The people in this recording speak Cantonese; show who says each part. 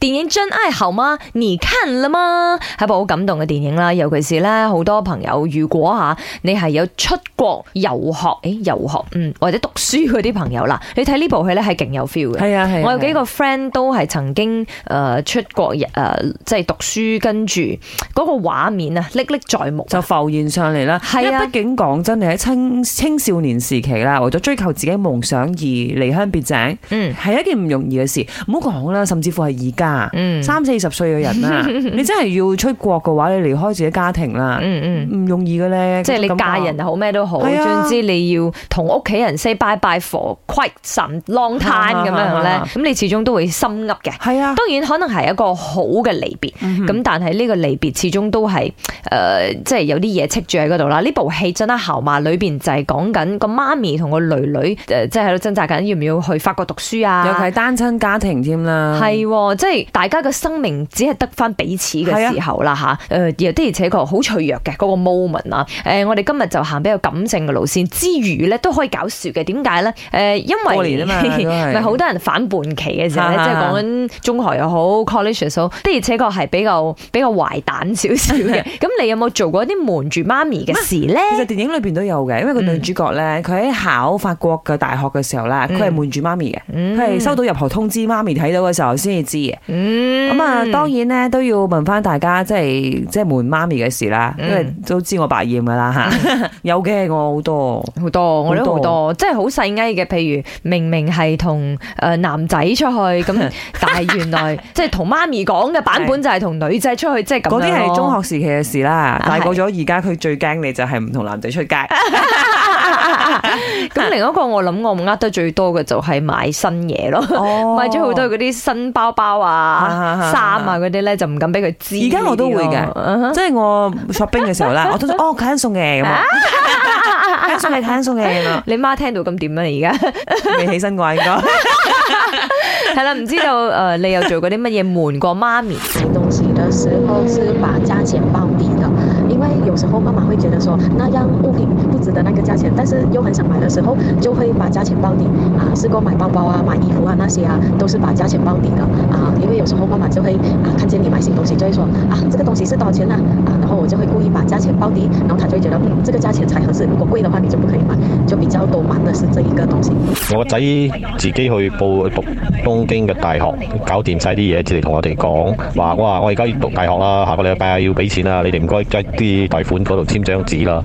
Speaker 1: 電影《真愛後媽》你看了嗎？係一部好感動嘅電影啦，尤其是咧好多朋友，如果吓你係有出國遊學，誒遊學嗯或者讀書嗰啲朋友啦，你睇呢部戲咧係勁有 feel 嘅。
Speaker 2: 係啊係啊
Speaker 1: 我有幾個 friend 都係曾經誒、呃出國誒、呃即係讀書，跟住嗰個畫面啊歷歷在目。
Speaker 2: 就浮現上嚟啦。
Speaker 1: 係啊
Speaker 2: 因為畢竟講真，你喺青青少年時期啦，為咗追求自己夢想而離鄉別井，
Speaker 1: 嗯
Speaker 2: 係一件唔容易嘅事。唔好講啦，甚至乎係而家
Speaker 1: 嗯
Speaker 2: 三四十歲嘅 人啦，你真係要出國嘅話，你離開自己家庭啦，
Speaker 1: 嗯嗯。
Speaker 2: 唔容易嘅咧。
Speaker 1: 即係你嫁人又好咩都好，
Speaker 2: 係啊
Speaker 1: 總之你要同屋企人 say bye bye for quite some long
Speaker 2: 啊
Speaker 1: time 咁樣咧，咁你始終都會心噏嘅。
Speaker 2: 係啊，
Speaker 1: 當然可能係一個好嘅離別，咁、
Speaker 2: 嗯
Speaker 1: 但係呢個離別始終都係誒、呃即係有啲嘢戚住喺嗰度啦。呢部戲真係校馬裏邊就係講緊個媽咪同個女女誒、呃即係喺度掙扎緊要唔要去法國讀書啊。
Speaker 2: 尤其係單親家庭添啦。
Speaker 1: 係喎，即係大家嘅生命只係得翻彼此
Speaker 2: 啊
Speaker 1: 嘅時候啦吓，誒、又的而且確好脆弱嘅嗰、個 moment 啊。誒、我哋今日就行比較感性嘅路線之餘咧，都可以搞笑嘅。點解咧？誒、因為
Speaker 2: 過年 啊嘛都係
Speaker 1: 咪好多人反叛期嘅時候咧，
Speaker 2: 啊
Speaker 1: 即係講緊中學又好，college 又好，的而且確係比較比較壞蛋少少 嘅。咁你有冇做過一啲瞞住媽咪嘅事咧？
Speaker 2: 其實電影裏邊都有嘅，因為個女主角
Speaker 1: 嗯
Speaker 2: 咧，佢喺考法國嘅大學嘅時候咧，佢係瞞住媽咪嘅，佢係收到入學通知，媽咪睇到嘅時候先至知嘅。
Speaker 1: 嗯
Speaker 2: 咁啊，當然咧都要問翻大家，即係即係瞞媽咪嘅事啦，因
Speaker 1: 嗯
Speaker 2: 為都知我百厭噶啦 嚇，有嘅我好多。
Speaker 1: 好多，我都好
Speaker 2: 好
Speaker 1: 多，即係好細埃嘅。譬如明明係同誒男仔出去 咁，但係原來即係同媽咪講嘅版本就係同女仔出去，即係咁
Speaker 2: 嗰啲
Speaker 1: 樣咯
Speaker 2: 係中學時期嘅事啦，
Speaker 1: 啊
Speaker 2: 大
Speaker 1: 係
Speaker 2: 個咗而家佢最驚你就係唔同男仔出 街，
Speaker 1: 咁另一個我諗我呃得最多嘅就係買新嘢咯，
Speaker 2: 哦
Speaker 1: 買咗好多。嗰啲新包包啊、
Speaker 2: 啊
Speaker 1: 衫啊嗰啲咧，就唔敢俾佢知呢
Speaker 2: 而
Speaker 1: 啲咯。
Speaker 2: 家我都會嘅
Speaker 1: 嗯哼
Speaker 2: 即係我 shopping 嘅時候啦，我都哦睇緊餸嘅咁啊，睇緊餸嘅睇緊餸嘅咁啊，
Speaker 1: 你媽聽到咁點啊？而家
Speaker 2: 未起身啩應該。
Speaker 1: 係啦，唔知道誒你又做過啲乜嘢瞞過媽咪？
Speaker 3: 买东西的时候是把价钱报低的，因为有时候妈妈会觉得说那样物品不值得那个价钱，但是又很想买的时候就会把价钱报低啊。试过买包包啊、买衣服啊那些啊，都是把价钱报低的啊。因为有时候妈妈就会啊看见你买新东西就会说啊这个东西是多少钱呢？啊，然后我就会故意把价钱报低，然后她就会觉得嗯这个价钱才合适，如果贵的话你就不可以买，就比较多玩的是这一个东西。
Speaker 4: 我個仔自己去報讀東京嘅大學，搞掂晒啲嘢，直嚟同我哋講話：，哇！我而家要讀大學啦，下個禮拜要俾錢啦，你哋唔該喺啲貸款嗰度簽張紙啦。